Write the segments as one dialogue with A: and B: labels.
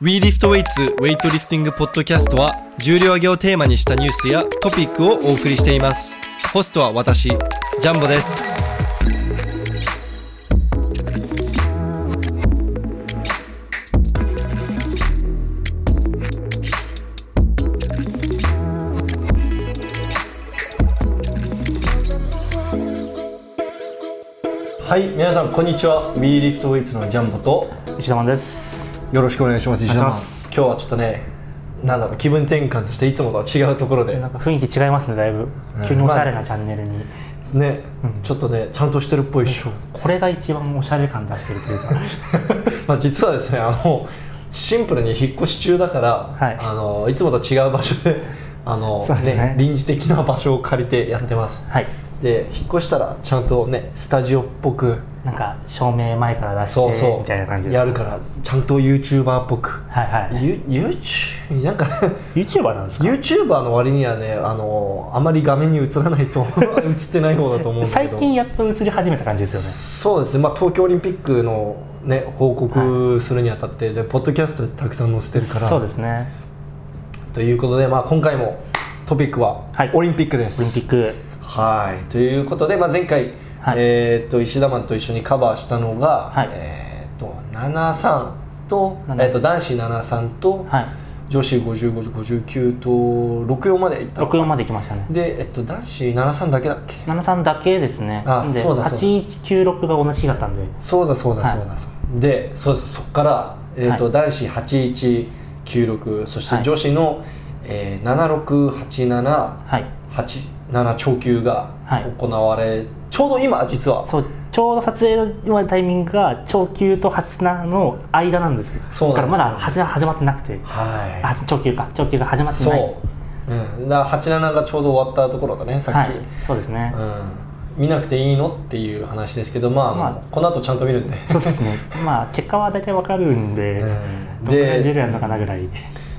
A: We Lift Weights ウェイトリフティングポッドキャストは重量挙げをテーマにしたニュースやトピックをお送りしていますホストは私ジャンボですはい皆さんこんにちは We Lift Weights のジャンボと
B: 石田マンです
A: よろしくお願いします石田
B: お
A: さん
B: 願いしま
A: 今日はちょっとねなんだろう気分転換としていつもとは違うところで
B: なんか雰囲気違いますねだいぶ
A: うん
B: 急におしゃれなチャンネルに、
A: ね、ちょっとねちゃんとしてるっぽいっしょ、
B: これが一番おしゃれ感出してるというか
A: まあ実はですねあのシンプルに引っ越し中だから、
B: はい
A: あのいつもと違う場所であの
B: そうです
A: ね
B: ね
A: 臨時的な場所を借りてやってます、
B: はい
A: で引っ越したらちゃんとねスタジオっぽく
B: なんか照明前から出して
A: そうそう
B: みたいな感じです
A: やるからちゃんと YouTuber っぽく、
B: はいはい
A: ユ YouTube なんか
B: YouTuber なんですか
A: YouTuber の割にはねあのあまり画面に映らないと 映ってない方だと思うんだけ
B: 最
A: ど
B: 近やっと映り始めた感じです
A: そうですね、まあ、東京オリンピックの、ね、報告するにあたって、でポッドキャストでたくさん載せてる
B: よ
A: か
B: ね
A: ら
B: そうですね
A: ということで、まあ、今回もトピックは
B: はい
A: オリンピックで
B: オリン
A: す。
B: ピック
A: はいということで、まあ、前回、
B: はい
A: えーっと石田マンと一緒にカバーしたのが、
B: はい
A: えーっと73と,、え
B: 73
A: ーっと男子73と、
B: はい
A: 女子5559と64までいったのか
B: 64まで行きましたね
A: で、えっと、男子73だけだっけ
B: 73だけですね
A: あ
B: で
A: そうだそうだ
B: 8196が同じ日だったんで
A: そうだそうだ
B: はい
A: そうだそう、でそうですそっから、えーと
B: はい
A: 男子8196そして
B: はい
A: 女子の、えー、
B: はい
A: 768787超級が
B: はい
A: 行われ、ちょうど今実は
B: そうちょうど撮影のタイミングが超級と初菜の間なんですよ
A: そうなんですよ
B: だからまだ初菜始まってなくて
A: は
B: あ長級か長級が始ま
A: い
B: ってない
A: そう、うん、だから87がちょうど終わったところだねさっき、
B: はいそうですね、
A: うん、見なくていいのっていう話ですけどまあ、
B: まあ
A: この後ちゃんと見るんで
B: そうですねまあ結果は大体わかるんで、
A: うん
B: どんぐら
A: で
B: い重量やるのかなぐらい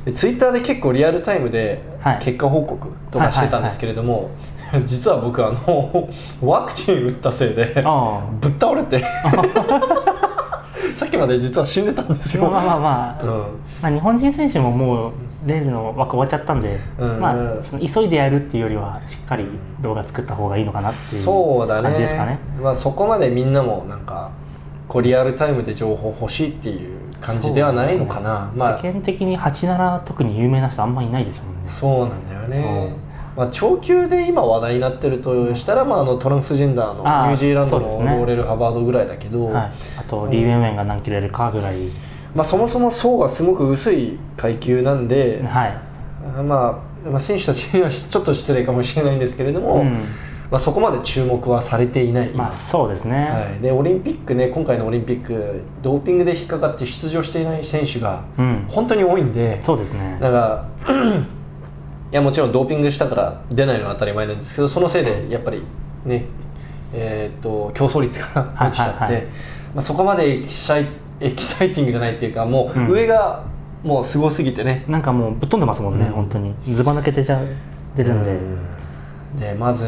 A: でツイッターで結構リアルタイムで
B: はい
A: 結果報告とかしてたんですけれども、 実は僕あの ワクチン打ったせいで
B: あ
A: ぶっ倒れ てさっきまで実は死んでたんです
B: あまあ
A: よ。
B: まあまあ、
A: うん
B: まあ、日本人選手ももうレールの枠終わっちゃったんで、
A: うん
B: まあ、その急いでやるっていうよりはしっかり動画作った方がいいのかなっていう
A: そうだね
B: 感じですかね
A: まあ、そこまでみんなもなんかこうリアルタイムで情報欲しいっていう感じではないのかな、
B: そう
A: ま
B: です
A: あ
B: ね世間的に87特に有名な人あんまいないですもんね
A: そうなんだよね
B: そう。
A: まあ、長級で今話題になってるとしたら、まあ、あのトランスジェンダーのニ
B: あー
A: ュージーランドの
B: そう
A: ロ
B: ですね
A: ーレル・ハバードぐらいだけど、
B: はい、あとリー・ウェンウェンが何キロやるかぐらい、
A: まあ、そもそも層がすごく薄い階級なんで、
B: はい、
A: あまあ、まあ選手たちにはしちょっと失礼かもしれないんですけれども、
B: うん
A: まあ、そこまで注目はされていない、
B: まあそうですね、
A: はい、でオリンピックね今回のオリンピックドーピングで引っかかって出場していない選手が
B: うん
A: 本当に多いんで、
B: そうですね
A: だから いやもちろんドーピングしたから出ないのは当たり前なんですけどそのせいでやっぱりねえーっと競争率が
B: はい
A: 落ちちゃって、
B: はいはい
A: まあ、そこまでエキサイエキサイティングじゃないっていうかも
B: うん
A: う上がもうすごすぎてね、
B: なんかもうぶっ飛んでますもんね、
A: うん
B: 本当にずば抜けてちゃ出るんで、
A: うんでまず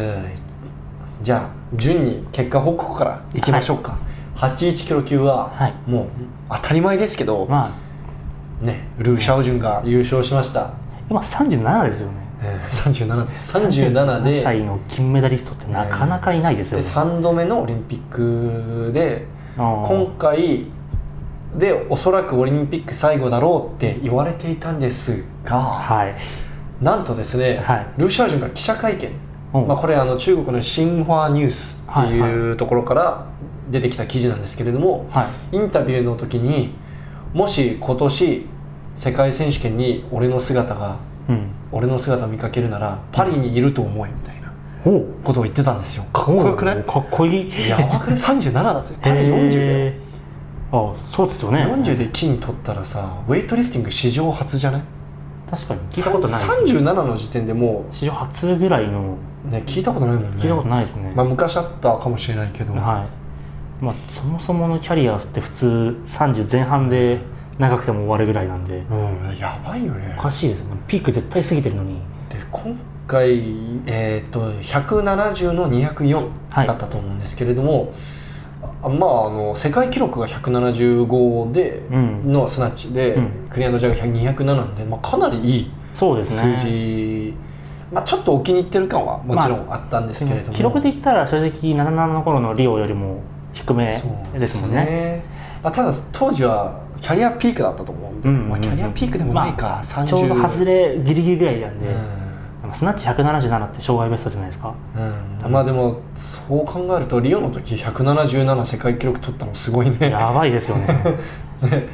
A: じゃあ順に結果報告からいきましょうか、81キロ級は、
B: はい
A: もう当たり前ですけど、
B: まあ
A: ね、ルー・シャオジュンが優勝しました、
B: 今37ですよね
A: えー37です37で
B: 37歳の金メダリストってなかなかいないです
A: で
B: よね、
A: 3度目のオリンピックで
B: あー
A: 今回でおそらくオリンピック最後だろうって言われていたんですが、
B: はい
A: なんとですね、
B: はい
A: ルーシャオジュンが記者会見、
B: うん
A: まあ、これあの中国の新華ニュースって
B: はい
A: いうところから出てきた記事なんですけれども、
B: は
A: インタビューの時にもし今年世界選手権に俺の姿が
B: うん
A: 俺の姿を見かけるならパリにいると思えみたいな
B: おう
A: ことを言ってたんですよかっこよくない
B: かっこいい
A: やばくない37だぜパリ40だよ
B: へーあそうですよね
A: 40で金取ったらさウェイトリフティング史上初じゃない
B: 確かに聞いたことないです、
A: 37の時点でも
B: 史上初ぐらいの
A: う、ね、聞いたことないもんね
B: 聞いたことないですね、
A: まあ、昔あったかもしれないけど、
B: はいまあ、そもそものキャリアって普通30前半で長くても終わるぐらいなんで
A: うん、やばいよね
B: おかしいですもんピーク絶対過ぎてるのに
A: で今回、えー、と170の204
B: はい
A: だったと思うんですけれども、あまああの世界記録が175で、
B: うん
A: のスナッチで、
B: うん
A: クリアンドジャーが207なんで、まあ、かなりいい
B: そうです
A: 数
B: ね
A: 字、まあ、ちょっとお気に入ってる感はもちろんあったんですけれども、
B: 記録で言ったら正直77の頃のリオよりも低め
A: そう
B: ですもんね
A: まあ、ただ当時はキャリアピークだったと思うんで、
B: うんうんうん
A: まあ、キャリアピークでもないか、
B: まあ
A: 30
B: ちょうど外れギリギリぐらいなんで、
A: う
B: でもスナッチ177って障害ベストじゃないですか
A: んうんまあでもそう考えるとリオの時177世界記録取ったのすごいね
B: やばいですよね
A: ね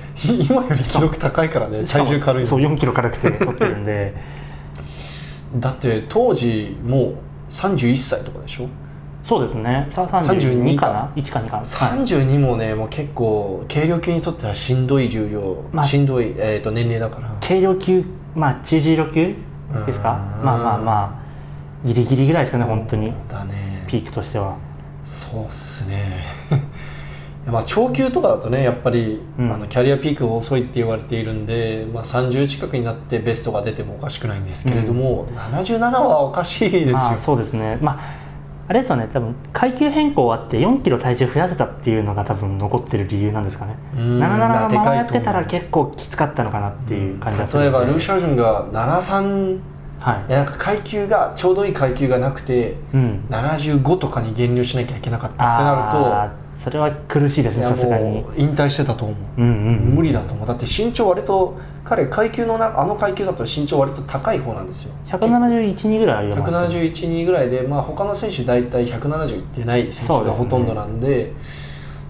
A: 今より記録高いからね体重軽いの
B: そう4キロ軽くて取ってるんで
A: だって当時もう31歳とかでしょ
B: そうですねさ32かな1か2かはい
A: 32もねもう結構軽量級にとってはしんどい重量、
B: まあ
A: しんどい、えー、と年齢だから
B: 軽量級まあ中重量級ですか
A: うん
B: まあまあまあギリギリぐらいですかね本当に
A: だね
B: ピークとしては
A: そうっすね まあ長級とかだとねやっぱり、
B: うん
A: あのキャリアピークが遅いって言われているんで、まあ、30近くになってベストが出てもおかしくないんですけれども、77はおかしいですよ、
B: まあそうですねまああれですよね多分階級変更あって4キロ体重増やせたっていうのが多分残ってる理由なんですかね
A: うん
B: 77のままやってた
A: まあ
B: ら
A: でかい
B: 結構きつかったのかなっていう感じがする
A: 例えばルー
B: シ
A: シャージュンが73
B: はい
A: いやなんか階級がちょうどいい階級がなくて
B: うん
A: 75とかに減量しなきゃいけなかったってなると
B: あーそれは苦しいです
A: い
B: ね
A: や
B: さすがに
A: もう引退してたと思う、
B: うんうん
A: 無理だと思うだって身長割と彼階級のなあの階級だと身長割と高い方なんですよ
B: 1712ぐらいありますね
A: 1712ぐらいで、まあ、他の選手大体170いってない選手がほとんどなんで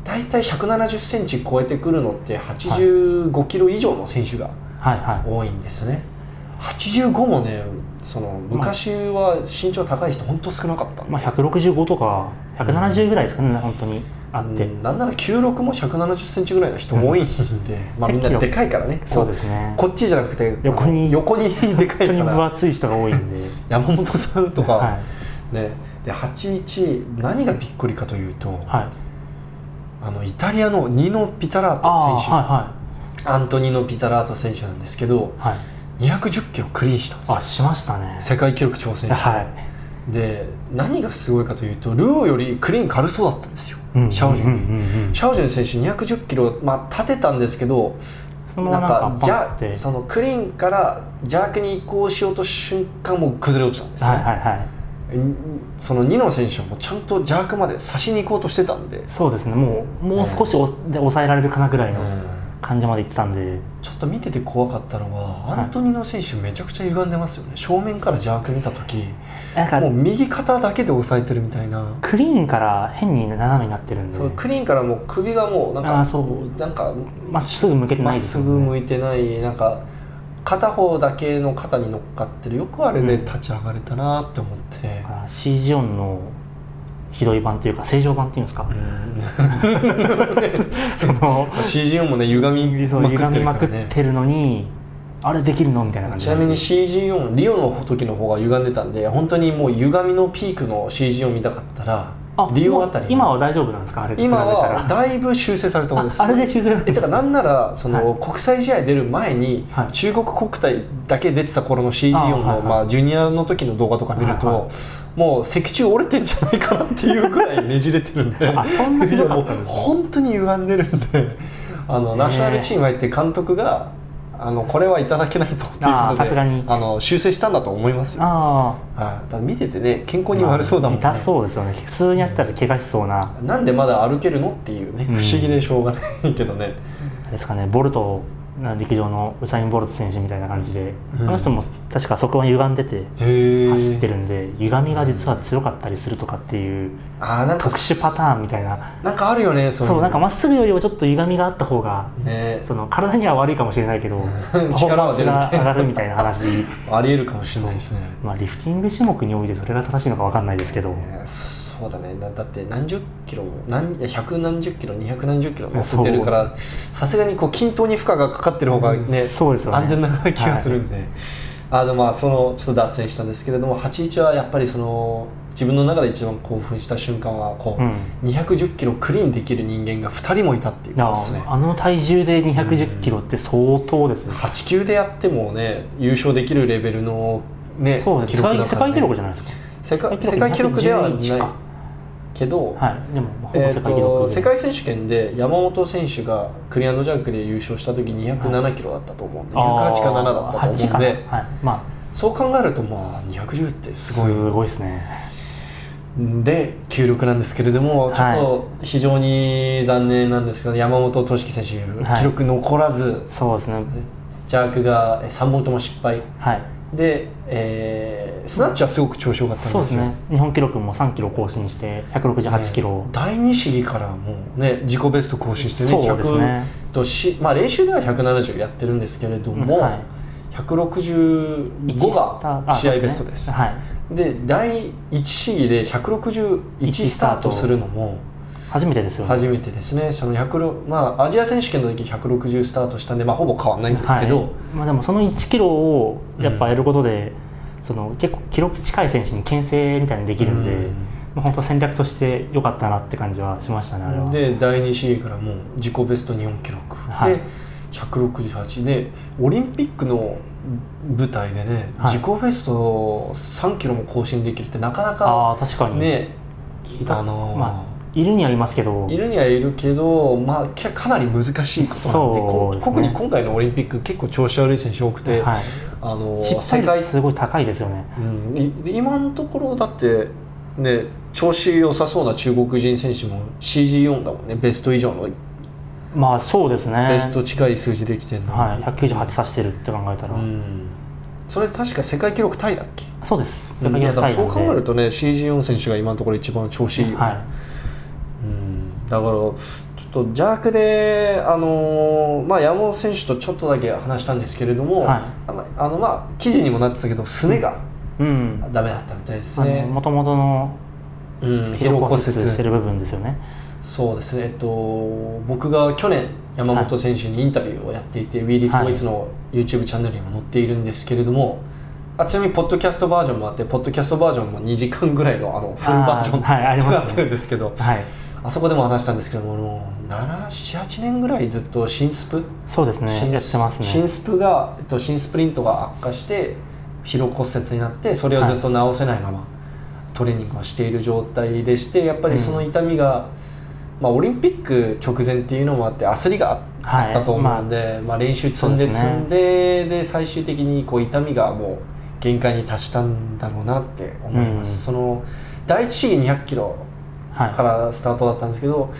A: 大体1 7 0センチ超えてくるのって85キロ以上の選手が
B: はいはい
A: 多いんですね85もねその昔は身長高い人本当少なかったんで
B: まあ、165とか170ぐらいですかね、本当にあって、
A: うんなんなら96も1 7 0センチぐらいの人多いん でまあみんなでかいからね
B: そう
A: こ
B: ですね
A: こっちじゃなくて
B: 横に
A: 横にでか
B: 本
A: い
B: 当
A: か
B: に分
A: ら
B: 厚い人が多いんで
A: 山本さんとか、
B: は
A: ねで81何がびっくりかというと、
B: い、はい、
A: あのイタリアのニノ・ピザラー
B: ああ
A: ト
B: ー
A: 選手
B: は
A: アントニーノ・ピザラート選手なんですけど
B: いはいはい
A: 210キロクリーンしたんですよ
B: あしましたね
A: 世界記録挑戦して、
B: はい
A: で何がすごいかというとルーよりクリーン軽そうだったんですよ、シャオジュンより、
B: うんうんうんうん
A: シャオジュン選手210キロ、まあ、立てたんですけど
B: その
A: な
B: ま
A: ん
B: まなん
A: か
B: か
A: じ
B: パッ
A: ゃ
B: て
A: そのクリーンから邪悪に移行しようとした瞬間もう崩れ落ちたんですね、
B: はいはいはい
A: そのニノ選手もちゃんと邪悪まで差しに行こうとしてたんで、
B: そうですねもうもう少しおで抑えられるかなぐらいの感じまでいってたんで
A: ちょっと見てて怖かったのは
B: はい
A: アントニーノ選手めちゃくちゃ歪んでますよね正面から邪悪見た時
B: なんか
A: もう右肩だけで抑えてるみたいな、
B: クリーンから変に斜めになってるんで
A: そうクリーンからもう首がもうなん
B: ああ
A: か
B: そう
A: なんか
B: まっすぐ向けて
A: ま
B: ない
A: っ
B: です
A: す
B: よね
A: ぐ向いてないなんか片方だけの肩に乗っかってるよくあれで立ち上がれたなって思って。
B: だから CG4 のひどい版というか正常版っていうんですか、 その
A: CGO もね歪み
B: そう
A: まくっ
B: 歪
A: て
B: み
A: るか
B: まく
A: ら
B: っ
A: ね
B: てるのにあれできるのみたいな感じ
A: ちなみに CGO リオの時の方が歪んでたんで本当にもう歪みのピークの CGO 見たかったら
B: あ
A: リオあたり
B: もう今は大丈夫なんですかあれと比べた
A: 今
B: ら
A: はだいぶ修正された方です
B: ああれで修正なん
A: え
B: で
A: だ
B: す
A: からなんならその、
B: は
A: 国際試合出る前に、
B: はい
A: 中国国体だけ出てた頃の CG4 の
B: あはいはい
A: まあ、ジュニアの時の動画とか見ると、
B: はいは
A: もう脊柱折れてんじゃないかなっていうぐらいねじれてるんで
B: あそんなひどかった
A: い
B: ん
A: やもう
B: ですね
A: 本当に歪んでるんであのナショナルチーム入って監督があのこれはいただけないとっていうことで
B: あーさすがに
A: あの修正したんだと思いますよ。はい
B: ああ
A: だから見ててね健康に悪そうだもんね
B: まあ痛そうですよね普通にやったら怪我しそうな、
A: なんでまだ歩けるのっていうね不
B: うん
A: 思議でしょうがないけどね、
B: あれですかねボルトな陸上のウサイン・ボルト選手みたいな感じで、
A: うん
B: あの人も確かそこが歪んでて
A: へえ
B: 走ってるんで歪みが実は強かったりするとかっていう
A: あーなんか
B: 特殊パターンみたいな
A: なんかあるよねそういう
B: そう
A: の
B: なんかまっすぐよりはちょっと歪みがあった方が
A: ね
B: その体には悪いかもしれないけど
A: 力は出るみたいな
B: パフォーマンスが上がるみたいな話
A: ありえるかもしれないですね
B: まあリフティング種目においてそれが正しいのかわかんないですけど、
A: ねそうだねなだって何十キロも何百何十キロ二百何十キロ乗せてるからさすがにこう均等に負荷がかかってる方がね,、
B: そうですよね
A: 安全な気がするんで、あのまあそのちょっと脱線したんですけれども81はやっぱりその自分の中で一番興奮した瞬間はこう、
B: うん
A: 210キロクリーンできる人間が2人もいたっていうことですね
B: ああの体重で210キロって相当ですね、
A: 8級でやってもね優勝できるレベルのね
B: そうです世界世界記録じ
A: ゃ
B: ゃないですか
A: 世界世界記録ではない
B: 世界記録211か
A: けど、
B: はい、でもまあほぼ
A: え
B: 世
A: ー、
B: 界記録
A: と
B: で
A: 世界選手権で山本選手がクリアンドジャンクで優勝した時207キロだったと思うんで、208か7だったと思うん
B: あー8
A: で
B: かなはいま
A: そう考えるとまあ210って
B: あ
A: す
B: す
A: ごい
B: ごいですね
A: で9力なんですけれどもちょっ
B: は
A: と非常に残念なんですけど、山本俊樹選手
B: はい
A: 記録残らず、
B: そうですね
A: ジャークが3本とも失敗
B: はい
A: で、えースナッチはすごく調子良かったんです
B: そ
A: よ
B: うですね日本記録も3キロ更新して168キロ、
A: ね第2試技からもうね自己ベスト更新してね
B: そうですね
A: 100とし、まあ、練習では170やってるんですけれども、
B: うんはい
A: 165が試合ベストです。
B: はい
A: で第1試技で161スタートするのも
B: 初めてですよね
A: 初めてですねその100、まあ、アジア選手権の時160スタートしたんで、まあ、ほぼ変わらないんですけど、
B: はいまあ、でもその1キロをやっぱやることで、その結構記録近い選手に牽制みたいにできるんで、
A: うん
B: まあ、本当戦略として良かったなって感じはしましたねあれは
A: で第2試技からもう自己ベスト日本記録、
B: はい
A: で168でオリンピックの舞台でね、
B: はい
A: 自己ベスト3キロも更新できるってなかなか
B: ああ確かに、
A: ね
B: 聞いた
A: あのー
B: まあ、いるにはいますけど
A: いるにはいるけど、まあ、きゃかなり難しいことなんで
B: そう
A: こ
B: ですね
A: 特に今回のオリンピック結構調子悪い選手多くて、
B: はい、
A: あのー
B: 失
A: 世
B: 敗
A: 界
B: 率すごい高いですよね
A: うんいで今のところだってね調子良さそうな中国人選手も CG4 だもんねベスト以上の
B: まあそうですね
A: ベスト近い数字できてるの、
B: はい、198差してるって考えたら、
A: うんそれ確か世界記録タイだっけ
B: そうです
A: うんいやだからそう考える
B: と
A: とね CG4 選手が今のところ一番調子いいよね、
B: は
A: うんだからちょっと邪悪で、あのーまあ、山本選手とちょっとだけ話したんですけれども、
B: はい
A: あのあのまあ記事にもなってたけどすねが
B: いうん
A: ダメだったみたいですね、
B: もともとの
A: うん、
B: 疲
A: 疲
B: 労
A: 労
B: 骨
A: 骨
B: 折
A: 折
B: してる部分ですよね
A: そうですね、えっと、僕が去年山本選手にインタビューをやっていて、w e リフトイツの YouTube チャンネルにも載っているんですけれどもあちなみにポッドキャストバージョンもあってポッドキャストバージョンも2時間ぐらいのあのフルバージョン
B: あーはいあり
A: と
B: ますね
A: なってるんですけど、
B: はい
A: あそこでも話したんですけども78年ぐらいずっと新スプ、
B: そうですね
A: 新
B: やってますね
A: 新スプが、えっと、新スプリントが悪化して疲労骨折になってそれをずっと治せないまま、トレーニングをしている状態でしてやっぱりその痛みが、まあ、オリンピック直前っていうのもあって焦りがあ
B: はい
A: あったと思うので、まあ、練習積んで
B: そうです
A: 積
B: ね
A: んでで,、最終的にこう痛みがもう限界に達したんだろうなって思います。
B: うん
A: その第一試技200キロ
B: はい
A: からスタートだったんですけど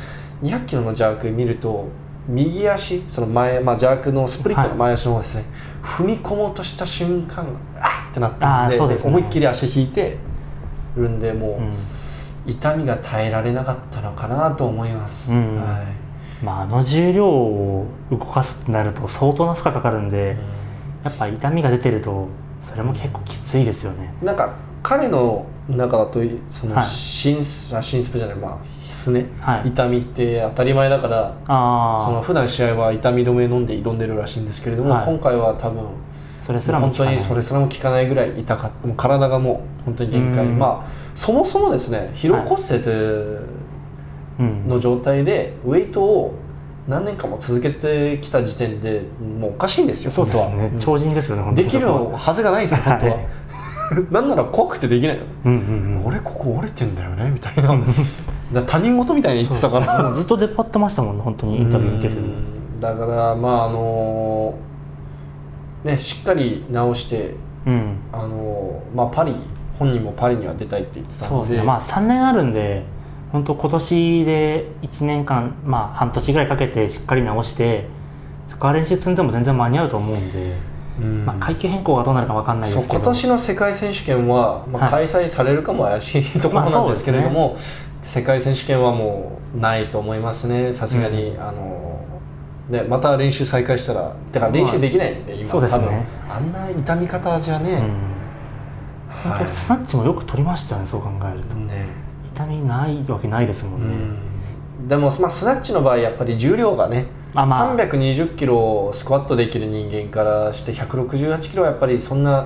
A: 200キロのジャーク見ると右足その前、まあ、ジャークのスプリットの前足の方ですね、踏み込もうとした瞬間あっってなったんで
B: あーそうですね
A: 思いっきり足引いてるんで
B: う
A: も
B: ん
A: う痛みが耐えられなかったのかなと思います、
B: うん
A: はい
B: まあ、あの重量を動かすってなると相当な負荷かかるんで、やっぱ痛みが出てるとそれも結構きついですよね
A: なんか彼の中だとその
B: はい
A: 新ス、あ新スプじゃないまあすね、
B: はい
A: 痛みって当たり前だからその
B: ああ
A: 普段試合は痛み止め飲んで挑んでるらしいんですけれども、
B: はい
A: 今回は多分
B: それすらも
A: 本
B: 効か
A: 当
B: ない
A: にそれすらも効かないぐらい痛かったもう体がもう本当に限界
B: うん
A: まあそもそもですね疲労骨折
B: うん
A: の状態でウェイトを何年間も続けてきた時点でもうおかしいんですよ
B: そう
A: 本
B: で
A: 当は
B: すね超人ですよね
A: うん
B: 本当
A: で
B: に
A: きるはずがないんですよ本当は
B: はい
A: なんなら怖くてできないの
B: うんうんうん
A: 俺ここ折れてんだよねみたいなだから 他人事みたいに言ってたから
B: もうずっと出っ張ってましたもんね本当にインタビュー見てても
A: うんだからまああのねしっかり直して
B: うん
A: あのまあパリ本人もパリには出たいって言ってた
B: そう
A: の
B: で
A: です
B: ねまあ3年あるんで本当今年で1年間まあ半年ぐらいかけてしっかり直してそこから練習積んでも全然間に合うと思うんで、
A: うん
B: まあ、階級変更がどうなるかわかんないで
A: そう
B: すけ
A: 今
B: ど
A: 年の世界選手権は、まあ、
B: は
A: 開催されるかも怪しいところなんですけれども、世界選手権はもうないと思いますねさすがに、あのね、また練習再開したらだから練習できないんで、今
B: そうです
A: 多
B: ね
A: 分あんな痛み方じゃね、
B: うん
A: は
B: 本当スナッチもよく取りましたねそう考えると
A: いね
B: 痛みないわけないですも
A: うん
B: ね、
A: んでも、まあ、スナッチの場合やっぱり重量がね、
B: あまあ
A: 320キロをスクワットできる人間からして168キロはやっぱりそんな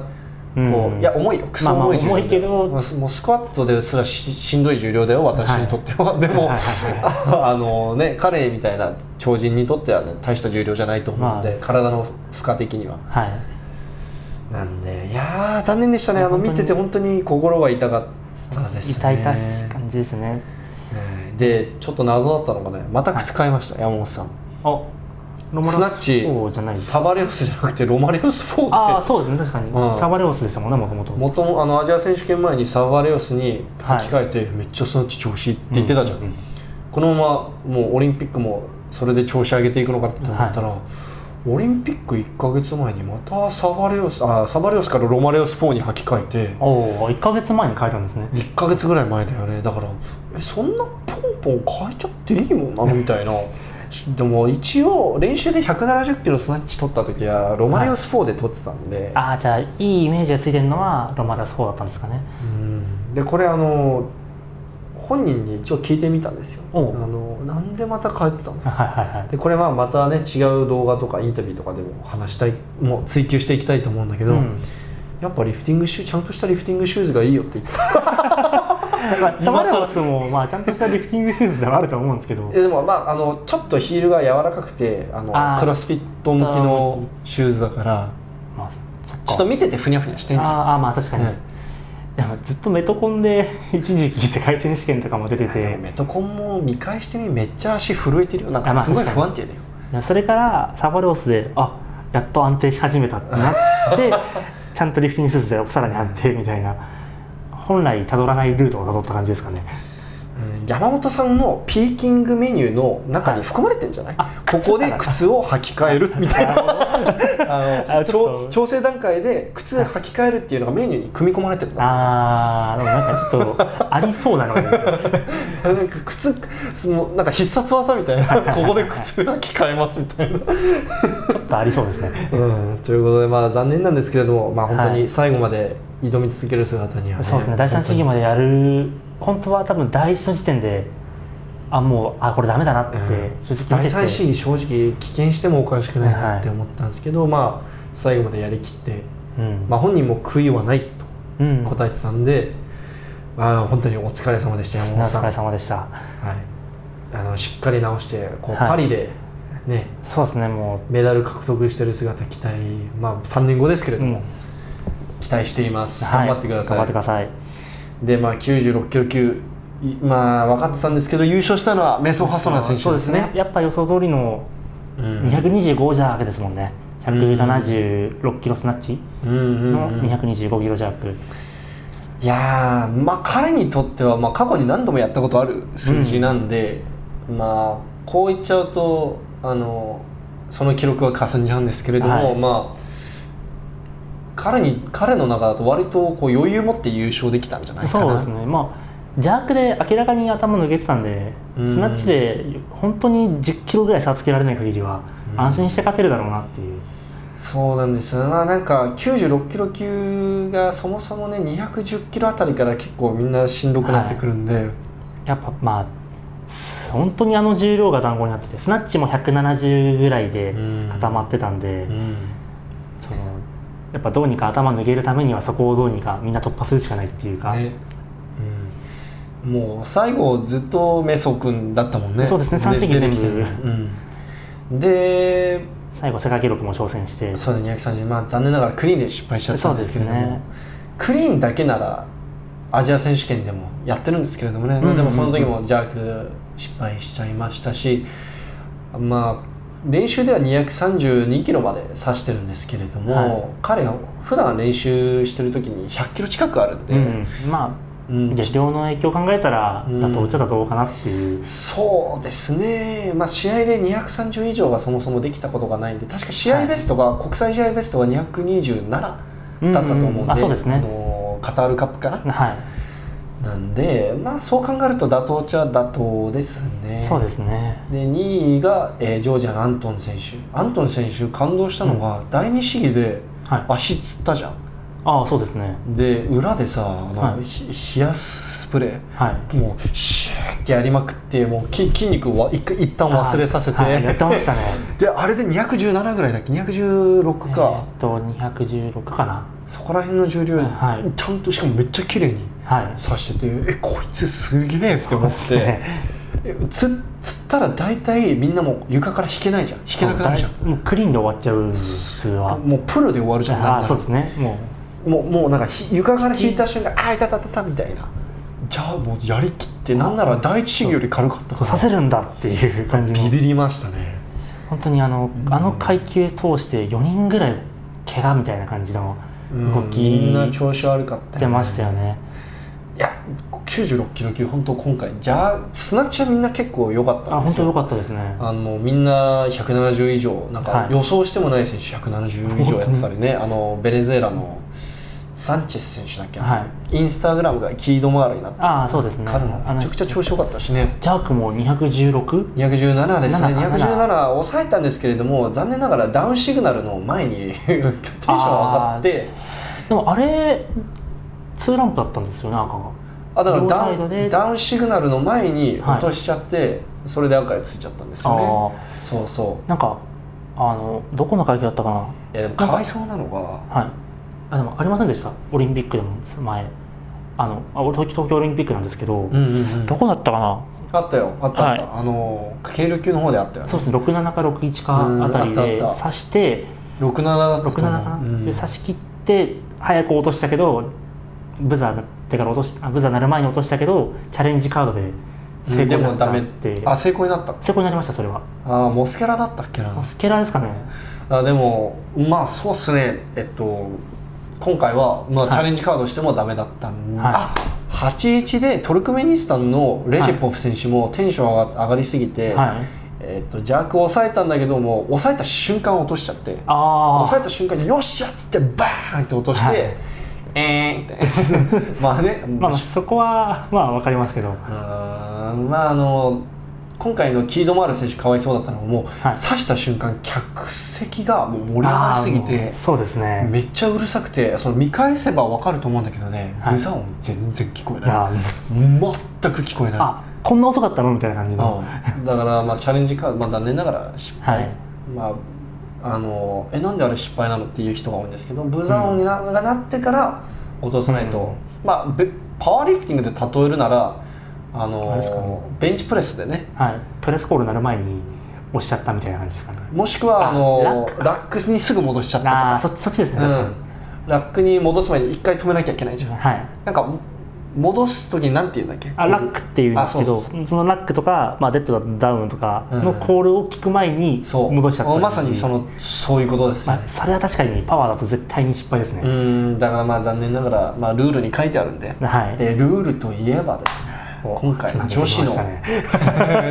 A: こう、
B: うん
A: いや重いよクソ重い重量、
B: まあまあ重いけど
A: もうもうスクワットですらししんどい重量だよ私にとっては、でも
B: はいはい は
A: あのね彼みたいな超人にとっては、ね、大した重量じゃないと思うので、
B: まあ
A: 体の負荷的には
B: はい
A: なんでいやー残念でしたねあの
B: 本当
A: 見
B: に
A: てて本当に心が痛かったですね
B: 痛々しい感じですね
A: えーでちょっと謎だったのがねまた靴買いました、山本さん
B: あロマ
A: スナッチ
B: そうじゃないです
A: サバレオスじゃなくてロマレオス
B: ああ
A: 4で
B: そうですね確かに、
A: うん
B: サバレオスですもんねもともと
A: もともあのアジア選手権前にサバレオスに履き替えて、めっちゃスナッチ調子いいって言ってたじゃん、このままもうオリンピックもそれで調子上げていくのかって思ったら、オリンピック1か月前にまたサバレオスあサバレオスからロマレオス4に履き替えて
B: おお1か月前に書いたんですね
A: 1か月ぐらい前だよねだからえそんなポンポン変えちゃっていいもんなのみ たいなしでも一応練習で170キロスナッチ取った時はロマレオス4で取ってたんで、
B: ああじゃあいいイメージがついてるのはロマダス4だったんですかね
A: うんでこれあの本人に一応聞いてみたんですよあ
B: おう
A: のなんでまた変えてたんです
B: はい
A: か
B: はいはい
A: でこれはまたね違う動画とかインタビューとかでも話したいもう追求していきたいと思うんだけど、
B: うん
A: やっぱリフティングシューちゃんとしたリフティングシューズがいいよって言ってた
B: まあサ
A: 今
B: バレ
A: 更
B: オスも、まあ、ちゃんとしたリフティングシューズではあると思うんですけど
A: えでもまああのちょっとヒールが柔らかくてあの
B: あー
A: クロスフィット向きのシューズだから
B: まあそっか
A: ちょっと見ててふにゃふにゃしてんじゃん
B: あーあーまあ確かに、
A: うん
B: でもずっとメトコンで一時期世界選手権とかも出て
A: でも
B: て
A: メトコンも見返してみめっちゃ足震えてるよなん
B: あ
A: か
B: まあ
A: すごい
B: 確か
A: 不
B: に
A: 安定だよ、
B: でもそれからサバレオスであやっと安定し始めたってなって ちゃんとリフティングシューズでさらに安定みたいな本来たどらないルートをたどった感じですかね
A: うん山本さんのピーキングメニューの中に含まれてんじゃない、ここで靴を履き替えるみたいな あの
B: あちょっと
A: 調調整段階で靴を履き替えるっていうのがメニューに組み込まれてるんだ
B: あーでもなんかちょっとありそうなのがいいですね
A: なんか靴そのなんか必殺技みたいなここで靴履き替えますみたいな、
B: ちょっとありそうですね
A: うん、ということでまあ残念なんですけれども、まあ、本当
B: は
A: に
B: い
A: 最後まで挑み続ける姿には、
B: そうですね第三試技までやる本当は多分第一の時点であもうあこれダメだなって、正直見
A: 第
B: てて
A: 3試技正直棄権してもおかしくない
B: は
A: ないって思ったんですけど、まあ最後までやりきって、
B: うん
A: まあ、本人も悔いはないと
B: うん
A: 答えてたんで、まあ、本当にお疲れ様でした山
B: お
A: 本さん、
B: 疲
A: は
B: れ
A: い、
B: 様でした
A: あのしっかり直してこう
B: はい
A: パリで、ね
B: そうですねも
A: メダル獲得してる姿期待、まあ、3年後ですけれ
B: う、う
A: ど
B: ん
A: も、期待しています、
B: はい
A: 頑張ってください
B: 頑張ってください
A: でまあ96キロ級いまあ分かってたんですけど優勝したのはメソハソナ選手ですね
B: やっぱ予想通りの
A: うん
B: 225弱ですもんね176キロスナッチ
A: うんうん
B: の
A: うん
B: 225キロ弱
A: いやーまあ彼にとっては、まあ、過去に何度もやったことある数字なんで、まあこう言っちゃうとあのその記録は霞んじゃうんですけれども、
B: はい
A: まあ彼に彼の中だと割とこう余裕持って優勝できたんじゃないかな
B: そうですねまあジャークで明らかに頭抜けてたんで
A: うん
B: スナッチで本当に10キロぐらい差つけられない限りは
A: うん
B: 安心して勝てるだろうなっていう
A: そうなんですよまあなんか96キロ級がそもそもね210キロあたりから結構みんなしんどくなってくるんで、
B: やっぱまあ本当にあの重量が団子になっててスナッチも170ぐらいで固まってたんで、そのやっぱどうにか頭抜けるためにはそこをどうにかみんな突破するしかないっていうか、
A: ねうんもう最後ずっとメソ君だったもんね
B: そうですね三振
A: 出て
B: 全部
A: きてるうんで
B: 最後世界記録も挑戦して
A: そうだ230まあ残念ながらクリーンで失敗しちゃったんですけれども、
B: そうですね
A: クリーンだけならアジア選手権でもやってるんですけれどもね、
B: んうんうん
A: でもその時もジャーク失敗しちゃいましたしまあ練習では232キロまで指してるんですけれども、
B: はい
A: 彼は普段練習してる時に100キロ近くあるんで、
B: うん、まあ、
A: うん
B: 月量の影響を考えたら
A: うん
B: 妥当っちゃ妥当かなっていう、
A: そうですね、まあ、試合で230以上がそもそもできたことがないんで確か試合ベストが、国際試合ベストが227だったと思うんで,、
B: うんうんあそうですね
A: のカタールカップかな、
B: はい、
A: なんで、まあ、そう考えると妥当っちゃ妥当ですね。
B: そうですね
A: で2位が、えージョージアのアントン選手アントン選手感動したのが、第2試技で
B: はいあ
A: 足つったじゃん
B: あそうですね
A: で裏でさあの、
B: はい
A: ひ冷やすスプレー
B: はい
A: もうシューってやりまくってもうき筋肉を一回一旦忘れさせて、
B: はいやってましたね
A: であれで217ぐらいだっけ216か、
B: えーっと216かな
A: そこら辺の重量、
B: はい
A: ちゃんとしかもめっちゃ綺麗に
B: はい
A: 刺しててえこいつすげえって思っ
B: そうです
A: て
B: ね
A: えつつったら大体みんなもう床から引けないじゃん引けなくなるじゃん
B: もうクリーンで終わっちゃう普通は
A: もうプロで終わるじゃんなん
B: あ
A: な
B: あ
A: ら
B: そうですねも
A: もうもうなんかひ床から引いた瞬間あーいたたたたみたいなじゃあもうやりきっってなんなら第一試技より軽かったか
B: さ
A: ら
B: せるんだっていう感じ
A: ビ
B: の
A: ビりましたね
B: 本当にあの
A: うん
B: あの階級通して4人ぐらい怪我みたいな感じの
A: うん
B: 動き
A: みんな調子悪かったよね
B: 出ましたよね
A: いや96キロ級本当今回じゃあスナッチはみんな結構良かった
B: あ
A: んで
B: 本
A: す
B: 当良
A: よ
B: かったですね
A: あのみんな170以上なん
B: は
A: か
B: い
A: 予想してもない選手170以上やってたりね、あのベネズエラのサンチェス選手だっけ、
B: は
A: インスタグラムがキードマーラになって
B: ああそうですね
A: 彼もめちゃくちゃ調子良かったしね
B: ジャークも 216?
A: 217ですね
B: 7
A: 217抑えたんですけれども残念ながらダウンシグナルの前 にテンション上がって
B: でもあれツーランプだったんですよね赤が
A: あだから
B: 両
A: ダ
B: サイ
A: ウ
B: ドで
A: ンダウンシグナルの前に
B: はい
A: 落としちゃって、それで赤がついちゃったんですよね
B: あ
A: そうそ
B: あなんかあのどこの階級だったかな
A: ういやでもかわいそうなのが
B: はい、あでもありませんでしたオリンピックでも前あのあ俺東東京オリンピックなんですけど、
A: うんうんうん
B: どこだったかな
A: あったよあったあった、
B: は
A: あの軽量級の方であったよね
B: そうですね67か61かあたり
A: うんあっ
B: で
A: たあった
B: 刺して
A: 67だったと思う
B: 67かな、
A: うん
B: で刺し切って早く落としたけどブザーだってから落としあブザー鳴る前に落としたけどチャレンジカードで成功
A: で
B: にな
A: も
B: った
A: ダメ
B: っ、
A: っててあ成功になった
B: 成功になりましたそれは
A: あーモスキャラだったっけな
B: あスケラーですかね
A: あでもまあそうっすねえっと今回は、まあ
B: はい
A: チャレンジカードしてもダメだったんで、
B: はい
A: あ8-1でトルクメニスタンのレジェポフ選手もテンション上が上がりすぎて、
B: はい
A: えっと、ジャークを抑えたんだけども抑えた瞬間落としちゃって
B: あ
A: 抑
B: あ
A: えた瞬間に「よっしゃ!」っつってバーンって落として、
B: はい
A: えーって まあね
B: まあまあそこはまあわかりますけど
A: うーんまああの今回のキードマール選手かわいそうだったのももう、
B: はい
A: 刺した瞬間客席がもう盛り上がりすぎ
B: あーも
A: て
B: うそうですね
A: めっちゃうるさくてその見返せばわかると思うんだけどね、
B: はい
A: ブザ音全然聞こえ
B: いや
A: ない全く聞こえない
B: あこんな遅かったのみたいな感じの、
A: うんだからまあチャレンジカード、まあ、残念ながら失敗、
B: はい
A: まああのえなんであれ失敗なのっていう人が多いんですけどブザー音にな,、がなってから落とさないと、
B: うん
A: まあべパワーリフティングで例えるならあの
B: あれですかね
A: ベンチプレスでね
B: はい、プレスコール鳴る前に押しちゃったみたいな感じですかね
A: もしくは
B: あ
A: あのラックスにすぐ戻しちゃったと
B: ああ
A: か
B: そそっちですね
A: う
B: 確かに、
A: ん、ラックに戻す前に一回止めなきゃいけないじゃん
B: はい
A: なんか戻す時になんて言うんだっけ
B: あラックっていうんですけ
A: あそ
B: ど
A: う
B: そ
A: そう
B: のラックとか、まあ、デッドダウンとかの
A: うん
B: コールを聞く前に
A: そう
B: 戻しちゃった感じ
A: まさにそ、のそういうことですよ
B: ま
A: ね
B: あ、、それは確かにパワーだと絶対に失敗ですね、
A: うんだからまあ残念ながら、まあ、ルールに書いてあるんで
B: はい
A: でルールといえばですね
B: お
A: 今回
B: 繋げて
A: 女
B: き
A: 子
B: ま
A: の
B: し
A: つ
B: たね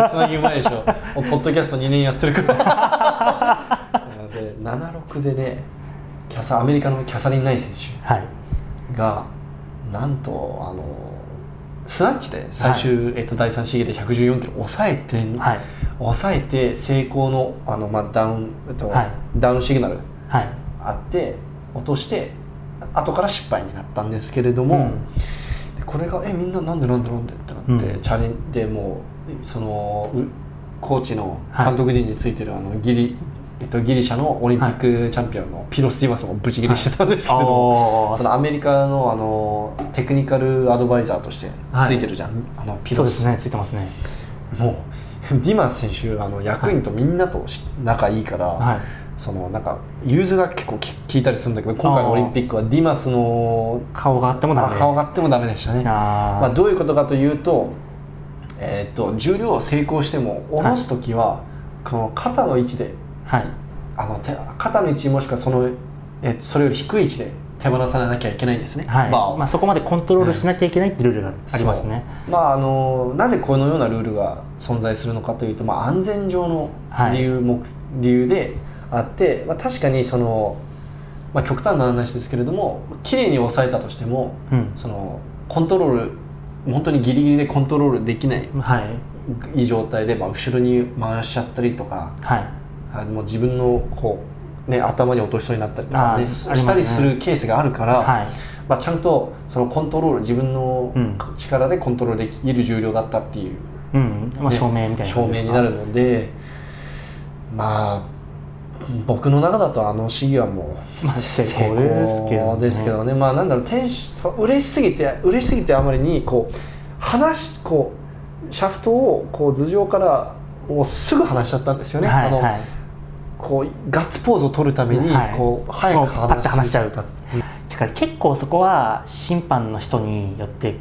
A: なぎうまいでしょもうポッドキャスト2年やってるからで76でねキャサアメリカのキャサリン・ナイ選
B: はい
A: 手がなんとあのスナッチで最終、えっと、第3試技で114キロ抑えて、
B: はい
A: 抑えて成功のあの、まあ、ダウン、えっと
B: はい
A: ダウンシグナル
B: はい
A: あって落として後から失敗になったんですけれども、でこれがえみんななんでなんでなんでってなって、
B: うん
A: チャレンでもうそのうコーチの
B: はい
A: 監督陣についてる、あのギリえっと、ギリシャのオリンピックチャンピオンのピロ・スティーバンスもブチギリしてたんですけれども、
B: お
A: そ
B: ー
A: のアメリカのあのテクニカルアドバイザーとしてついてるじゃん、あのピ
B: そう
A: ロ
B: で
A: ス
B: すねついてますね
A: もう ディマス選手あの役員とみんなとし仲いいから、
B: はい
A: そのなんか融通が結構き効いたりするんだけど今回のオリンピックはディマスの
B: 顔があってもダメ
A: あ顔があってもダメでしたね。
B: あ
A: まあ、
B: ー
A: どういうことかというと,、えー、と重量を成功しても下ろす時は、この肩の位置で
B: はい
A: あの手肩の位置もしくはその、えーとそれより低い位置で手放さなきゃいけないんですね、
B: はい
A: バーを。
B: まあ、そこまでコントロールしなきゃいけないってルールがありますね、
A: まああのなぜこのようなルールが存在するのかというと、まあ、安全上の
B: はい
A: 理由も、理由であって、まあ、確かにその、まあ、極端な話ですけれども綺麗に抑えたとしても
B: うん
A: そのコントロール本当にギリギリでコントロールできない
B: はい
A: いい状態で、まあ、後ろに回しちゃったりとか
B: はい
A: あの自分のこう、ね、頭に落としそうになったりとか、
B: あ
A: ね、
B: ーありますね
A: したりするケースがあるから。
B: はい
A: まあ、ちゃんとそのコントロール自分の
B: うん
A: 力でコントロールできる重量だったっていう、
B: うんまあ、
A: ね
B: 証明みたいな
A: 証
B: 感
A: 明
B: じです
A: に
B: か
A: なるのでまあ僕の中だとあの試技はもう、
B: まあ成功ですけどね
A: 成功ですけどねまあなんだろう天使嬉しすぎて嬉しすぎてあまりにこう離しこうシャフトをこう頭上からもうすぐ離しちゃったんですよね、
B: はい
A: あの
B: はい、
A: こうガッツポーズを取るために
B: はい
A: こう、早く
B: もうパッて
A: 離
B: 離
A: し
B: しち
A: ち
B: ゃ
A: ゃ
B: う
A: った
B: とだから結構そこは審判の人によって違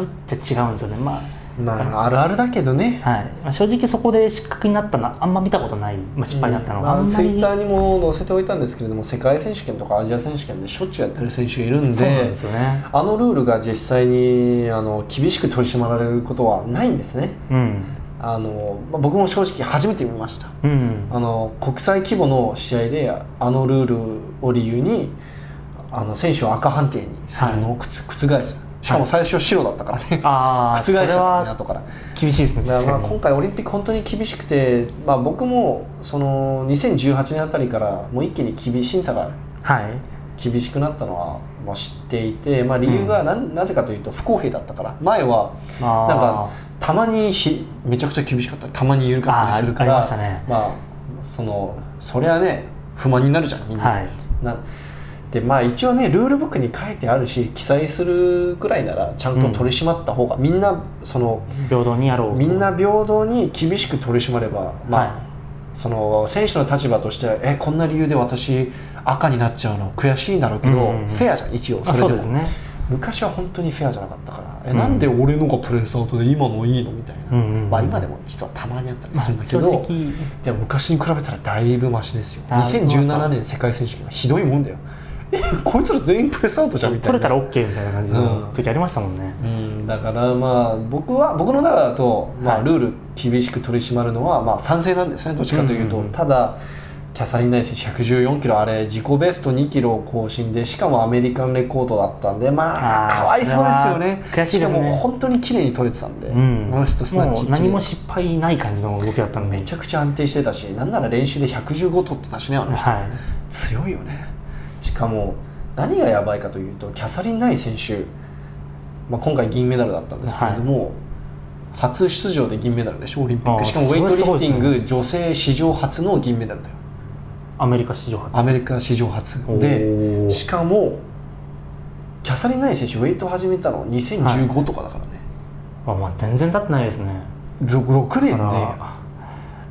B: うっちゃ違うんですよねまあ
A: まああるあるだけどね、
B: はいまあ、正直そこで失格になったのはあんま見たことない、まあ、失敗になったのは、
A: うん
B: あ
A: まあ、
B: んま
A: ツイ
B: り
A: ッターにも載せておいたんですけれども世界選手権とかアジア選手権でしょっちゅうやってる選手がいるん
B: そうなん
A: で
B: ですよね、
A: あのルールが実際にあの厳しく取り締まられることはないんですね
B: うん
A: あの、まあ僕も正直初めて見ました
B: うん、
A: あの国際規模の試合であのルールを理由にあの選手を赤判定にするのを覆す、しかも最初白だったからね、
B: ああ
A: 覆し
B: そ
A: ちゃ
B: れ
A: ったからね
B: は
A: 後から
B: 厳しいですね
A: だ
B: 確
A: から
B: か
A: まあ
B: に
A: 今回オリンピック本当に厳しくて、まあ、僕もその2018年あたりからもう一気に厳し審査が
B: はい
A: 厳しくなったのはまあ知っていて、まあ、理由がな,、なぜかというと不公平だったから前は
B: あー
A: なんかたまにひめちゃくちゃ厳しかったりたまに緩かったりするから
B: あーありましたね
A: まあそのそりゃね不満になるじゃんみんな。
B: はい
A: なでまあ、一応ねルールブックに書いてあるし記載するくらいならちゃんと取り締まった方が、みんなその
B: 平等にやろうと
A: みんな平等に厳しく取り締まれば、まあ
B: は
A: その選手の立場としてはえこんな理由で私赤になっちゃうの悔しいんだろうけど、
B: うんうんうん
A: フェアじゃん一応
B: い
A: そ
B: あ
A: れ
B: そ
A: で
B: う
A: も
B: ですね
A: 昔は本当にフェアじゃなかったから、え
B: うん
A: なんで俺のがプレイスアウトで今のいいのみたいな、
B: うんうんうん
A: まあ、今でも実はたまにあったり
B: まあ
A: するんだけ
B: 正
A: ど、
B: 直
A: でも昔に比べたらだいぶマシですよ
B: あ
A: 2017年世界選手権はひどいもんだよえこいつら全員プレイスアウトじゃんみたい
B: 取
A: な
B: れたら OK みたいな感じの時ありましたもんね、
A: うん、だからまあ僕は僕の中だと、ま
B: は
A: あ、
B: い
A: ルール厳しく取り締まるのは、まあ、賛成なんですねどっちかというと、
B: うんうんうん
A: ただキャサリン・ナイス114キロあれ自己ベスト2キロを更新でしかもアメリカンレコードだったんでまあ
B: あー
A: かわいそうですよね
B: それは悔しいで
A: しか
B: すね
A: も本当に綺麗に取れてたんで、
B: うん、
A: あの人スナッチ
B: もう何も失敗ない感じの動きだったんで
A: めちゃくちゃ安定してたしなんなら練習で115取ってたしねあの人、
B: はい
A: 強いよねしかも何がやばいかというとキャサリン・ナイ選手、まあ、今回銀メダルだったんですけれども、初出場で銀メダルでしょオリンピッ
B: あ
A: ク
B: あ
A: しかもウェイトリフティン
B: それすごい
A: グ、女性史上初の銀メダルだよ
B: アメリカ史上初
A: アメリカ史上初
B: おー
A: でしかもキャサリン・ナイ選手ウェイト始めたの2015とかだからね、
B: あ、まあ、全然経ってないですね
A: 6,
B: だ
A: 年
B: か
A: で
B: ら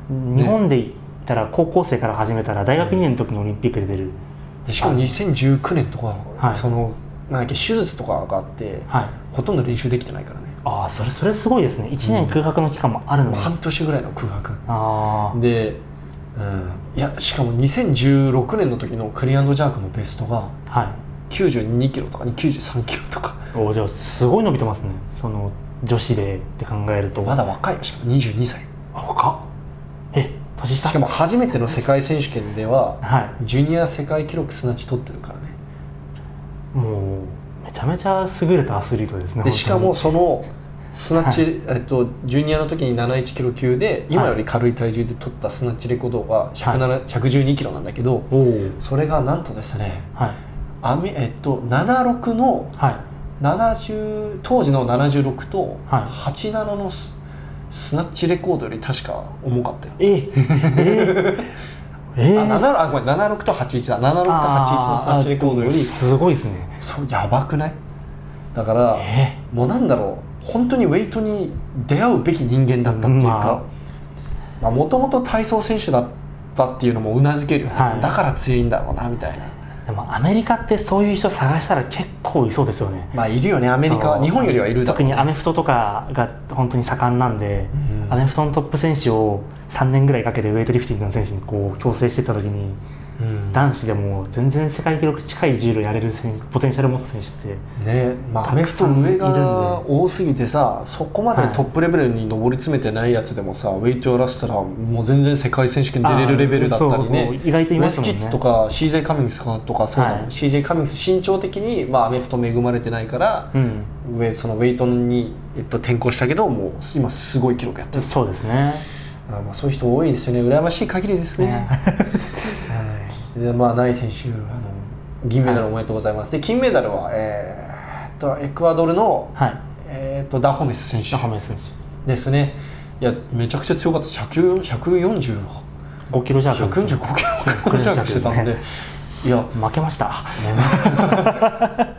B: 日本で言ったら高校生から始めたら大学2年の時にオリンピックで出る、
A: でしかも2019年とか、
B: はい
A: そのなんだっけ手術とかがあって、
B: はい
A: ほとんど練習できてないからね
B: ああそれそれすごいですね1年空白の期間もあるのに、
A: 半年ぐらいの空白
B: あー
A: で、うん、いやしかも2016年の時のクリアンドジャークのベストが
B: は
A: 92キロとか93キロとか
B: いおじゃあすごい伸びてますねその女子でって考えると
A: まだ若いよしかも22歳
B: あ若っえ年下
A: しかも初めての世界選手権では
B: は
A: ジュニア世界記録すなち取ってるからね
B: いもうめちゃめちゃ優れたアスリートですね
A: で
B: 本当に
A: しかもそのスナッチ、えっと、ジュニアの時に71キロ級で今より軽い体重で取ったスナッチレコードは107、112キロなんだけど
B: おお
A: それがなんとですね
B: はい
A: アメ、えっと、76の
B: はい
A: 70当時の76と
B: はい
A: 87のス,、スナッチレコードより確か重かったよ、
B: え
A: あ
B: えええ
A: 7あごめん76と81だ76と81のスナッチレコードよ
B: あ
A: り
B: すごいですね
A: そうやばくないだから、
B: え
A: もうなんだろう本当にウェイトに出会うべき人間だったっていうかもともと体操選手だったっていうのもうなずけるよね、
B: はい
A: だから強いんだろうなみたいな
B: でもアメリカってそういう人探したら結構いそうですよね
A: まあいるよねアメリカ
B: そ
A: は
B: う
A: 日本よりはいるだろ
B: 特
A: う、
B: に
A: ね、
B: アメフトとかが本当に盛んなんで、
A: うん
B: アメフトのトップ選手を3年ぐらいかけてウェイトリフティングの選手にこう強制していった時に
A: うん
B: 男子でも全然世界記録近い重量やれる選手ポテンシャル持つ選手って
A: ねまあ、アメフト上が多すぎてさそこまでトップレベルに上り詰めてないやつでもさ、ウェイトやらせたらもう全然世界選手権出れるレベルだったり
B: あーそう
A: ね
B: そう意外とい
A: ウ
B: ま
A: ェ
B: す
A: ス
B: もん
A: キ
B: ね
A: ッズとか CJ カミングスとかそうだもん、
B: はい
A: CJ カミングス身長的に、まあ、アメフト恵まれてないから
B: う、ん
A: ウェそのウェイトに、えっと、転向したけどもう今すごい記録やってる
B: そうですね
A: あーまあ、そういう人多いですよね羨ましい限りですね
B: ね
A: はいでまあナイ選手あの銀メダルおめでとうございます、で金メダルは、えーっとエクアドルの、
B: はい
A: えーっとダホメス選手
B: 中村選手
A: ですねいやめちゃくちゃ強かったです100 140
B: 5キロ弱
A: 145キロ
B: 145
A: ジャンプしてたんで
B: です
A: いや
B: 負けました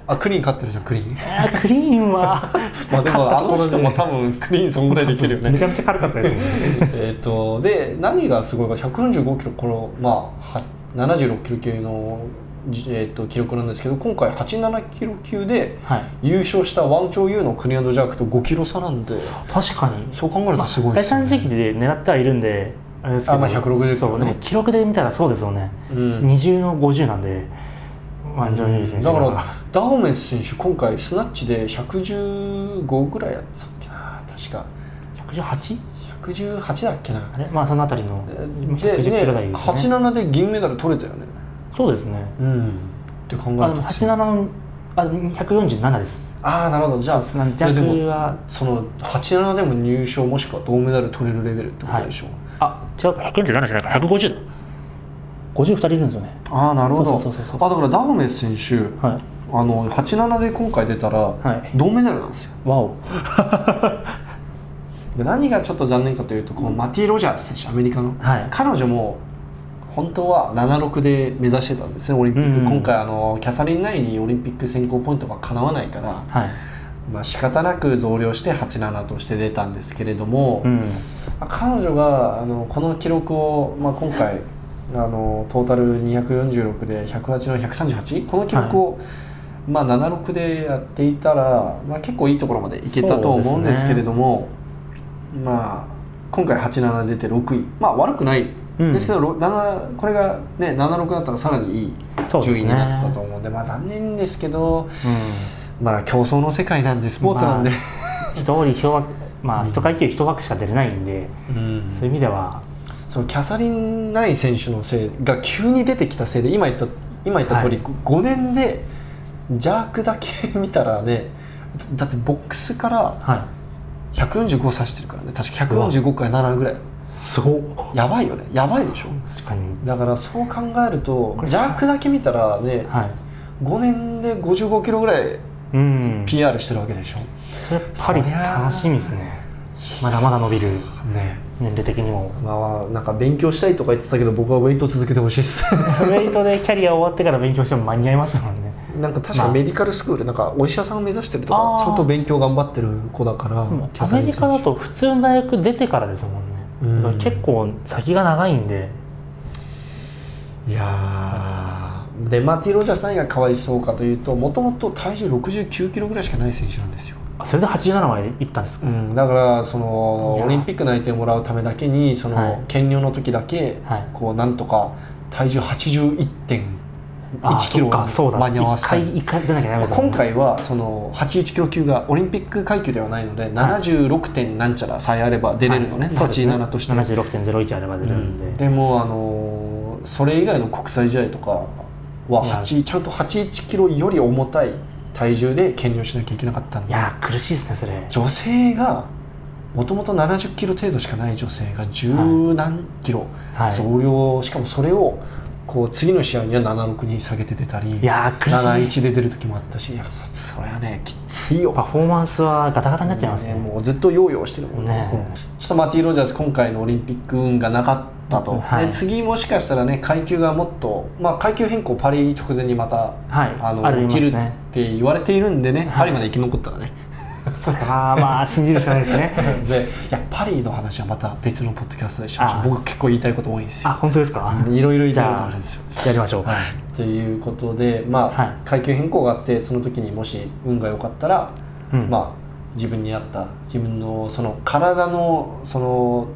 A: あクリーン勝ってるじゃんクリーン
B: あークリーンは
A: まあでもあの人も多
B: 分
A: 分クリーンそんぐらいできるよね
B: めちゃめちゃ軽かったですもんね
A: えっとで何がすごいか145キロこのまあは76キロ級のじえー、と記録なんですけど今回87キロ級で
B: はい、
A: 優勝したワンチョウユーのクリアンドジャークと5キロ差なんで
B: 確かに
A: そう考えるとすごいで
B: 第
A: すね、
B: 三時期で狙ってはいるんであれですけど
A: あまあ160
B: そう
A: ね
B: でも記録で見たらそうですよね、
A: うん
B: 二重の50なんでワンジョン・ユーリ選手
A: だからダホメス選手今回スナッチで115ぐらいやってたっけな確か
B: 118?
A: 118だっけな
B: あれまあそのあたりの
A: で
B: 110キロ台
A: ね
B: ですね
A: 87で銀メダル取れたよね
B: そうですね
A: うんって考える
B: あでも
A: と
B: 87のあ147です
A: ああなるほどじゃあ
B: その
A: いやでも
B: 弱は
A: その87でも入賞もしくは銅メダル取れるレベルってことでしょう、
B: あ違う147じゃないか150だ52人いるんですよね
A: ああなるほど
B: そうそうそうそう
A: あだからダホメス選手
B: は
A: あの87で今回出たら、
B: い
A: 銅メダルなんですよ
B: いわお
A: で何がちょっと残念かというとこのマティ・ロジャース選手アメリカの、
B: はい
A: 彼女も本当は76で目指してたんですねオリンピック、
B: うん
A: 今回あのキャサリン・ナイにオリンピック選考ポイントがかなわないから、
B: はい
A: まあ仕方なく増量して87として出たんですけれども、
B: うん
A: まあ彼女があのこの記録を、まあ、今回 あのトータル246で108の138この記録を、まあ、76でやっていたら、まあ、結構いいところまでいけたと思うんですけれども、まあ、今回87出て6位、まあ、悪くない
B: うん
A: ですけど、ろ7これが、ね、76だったらさらにいい
B: そうです
A: 順位
B: ね
A: になってたと思うんで、まあ、残念ですけど、
B: う
A: まあ、競争の世界なんでスポーツなんで。
B: まん一通り一枠まあ一階級一枠しか出れないんで
A: うん
B: そういう意味では
A: そのキャサリン・ナイ選手のせいが急に出てきたせいで今言った今言った通り、
B: はい
A: 5年でジャークだけ見たらねだだってボックスから
B: は
A: 145指してるからね確か145から7ぐらい
B: いすごっ
A: やばいよねやばいでしょ
B: 確かに
A: だからそう考えると
B: これ
A: ジャークだけ見たらね
B: はい
A: 5年で55キロぐらい
B: うん、
A: PR してるわけでしょ
B: やっぱり楽しみですねまだまだ伸びる
A: ね
B: 年齢的にも
A: まあなんか勉強したいとか言ってたけど僕はウェイト続けてほしいです
B: ウェイトでキャリア終わってから勉強しても間に合いますもんね
A: なんか確かメディカルスクールなんかお医者さんを目指してると
B: あ
A: か
B: ー
A: ちゃんと勉強頑張ってる子だからキャ
B: ア
A: サリ
B: メ
A: ン
B: リ
A: 選手
B: カだと普通の大学出てからですもんね、
A: うん
B: だから結構先が長いんで
A: いやーでマーティ・ロジャース何がかわいそうかというともともと体重69キロぐらいしかない選手なんですよ、
B: あそれで87まで行ったんですか、
A: うん、だからその
B: いやー
A: オリンピック内定をもらうためだけにそ
B: は
A: の
B: い
A: 減量の時だけ
B: はい
A: こうなんとか体重81.1
B: あ
A: キロ
B: そっかそうだ
A: 間に合わせたい
B: 一回一回出なきゃダメですもん
A: 今
B: ね
A: 回はその81キロ級がオリンピック階級ではないので76点なんちゃらさえあれば出れるのね、
B: はいそうですね
A: 87として
B: 76.01あれば出れるんで、
A: でもあのーそれ以外の国際試合とかはい
B: や
A: 8ちゃんと81キロより重たい体重で減量しなきゃいけなかったん
B: い
A: で
B: やー苦しいですねそれ
A: 女性がもともと70キロ程度しかない女性が十何キロ
B: はい
A: 増量、しかもそれをこう次の試合には76に下げて出たり
B: いやー苦し
A: 71
B: い
A: で出る時もあったしいやそそれはねきついよ
B: パフォーマンスはガタガタになっちゃいますね
A: ねもうずっとヨーヨーしてるもんね
B: ね
A: うんちょっとマティ・ロジャース今回のオリンピック運がなかったと、
B: はい
A: で次もしかしたらね階級がもっと、まあ、階級変更パリ直前にまた
B: はい
A: あの
B: あります
A: 起きるっ
B: ね
A: て言われているんでね、
B: い
A: パリまで生き残ったらね、
B: それはまあ信じるしかないですね
A: でいやパリの話はまた別のポッドキャストでしましょ
B: あ
A: う僕結構言いたいこと多いんです
B: あ
A: よ
B: 本当ですか
A: いろいろ言いたいことあるんですよ
B: やりましょう、
A: はい、ということで、まあ
B: はい
A: 階級変更があってその時にもし運が良かったら、
B: うん
A: まあ、自分に合った自分のその体のその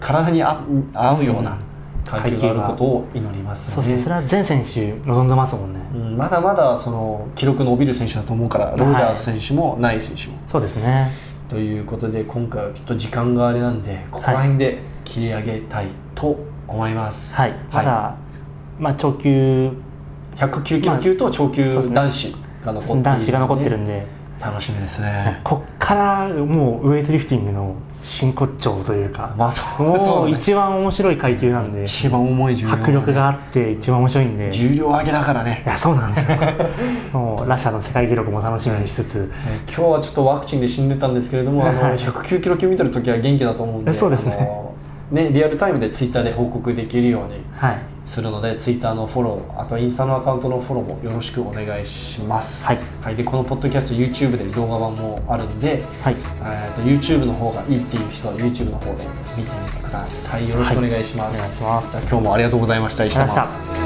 A: 体にあ合うような階級があることを祈ります
B: そうですねそれ
A: ね。
B: は全選手望んでますもんね、
A: うんまだまだその記録伸びる選手だと思うから、ロジャース選手もない選手も。
B: そうですね
A: ということで今回はちょっと時間があれなんでここら辺で切り上げたいと思います。
B: はいまだ、まあ長級
A: 109キロ級と超級男子が残っているので
B: 男子が残ってるんで、
A: 楽しみですね。
B: こっからもうウエイトリフティングの真骨頂というか、
A: まあそう
B: も
A: そう
B: う
A: ね
B: 一番面白い階級なん で
A: 一番重い重量、
B: 迫力があって一番面白いんでい
A: 重量上げだからね。
B: やそうなんですよもうラシャの世界記録も楽しみにしつつ、
A: 今日はちょっとワクチンで死んでたんですけれど も、あ
B: は
A: の
B: い
A: 109キロ級見てる時は元気だと思うんで、
B: そうですね
A: あのねリアルタイムでツイッターで報告できるように
B: はい
A: するので、ツイッターのフォロー、あとインスタのアカウントのフォローもよろしくお願いします。
B: はい
A: はい、でこのポッドキャスト YouTube で動画版もあるんで、
B: はい
A: えー、と YouTube の方がいいっていう人は YouTube の方で見てみてください。よろしくお願いします。
B: お願いします
A: じゃあ今日もありがとうございました。石
B: ありがとうござ
A: 田
B: いま
A: さん
B: した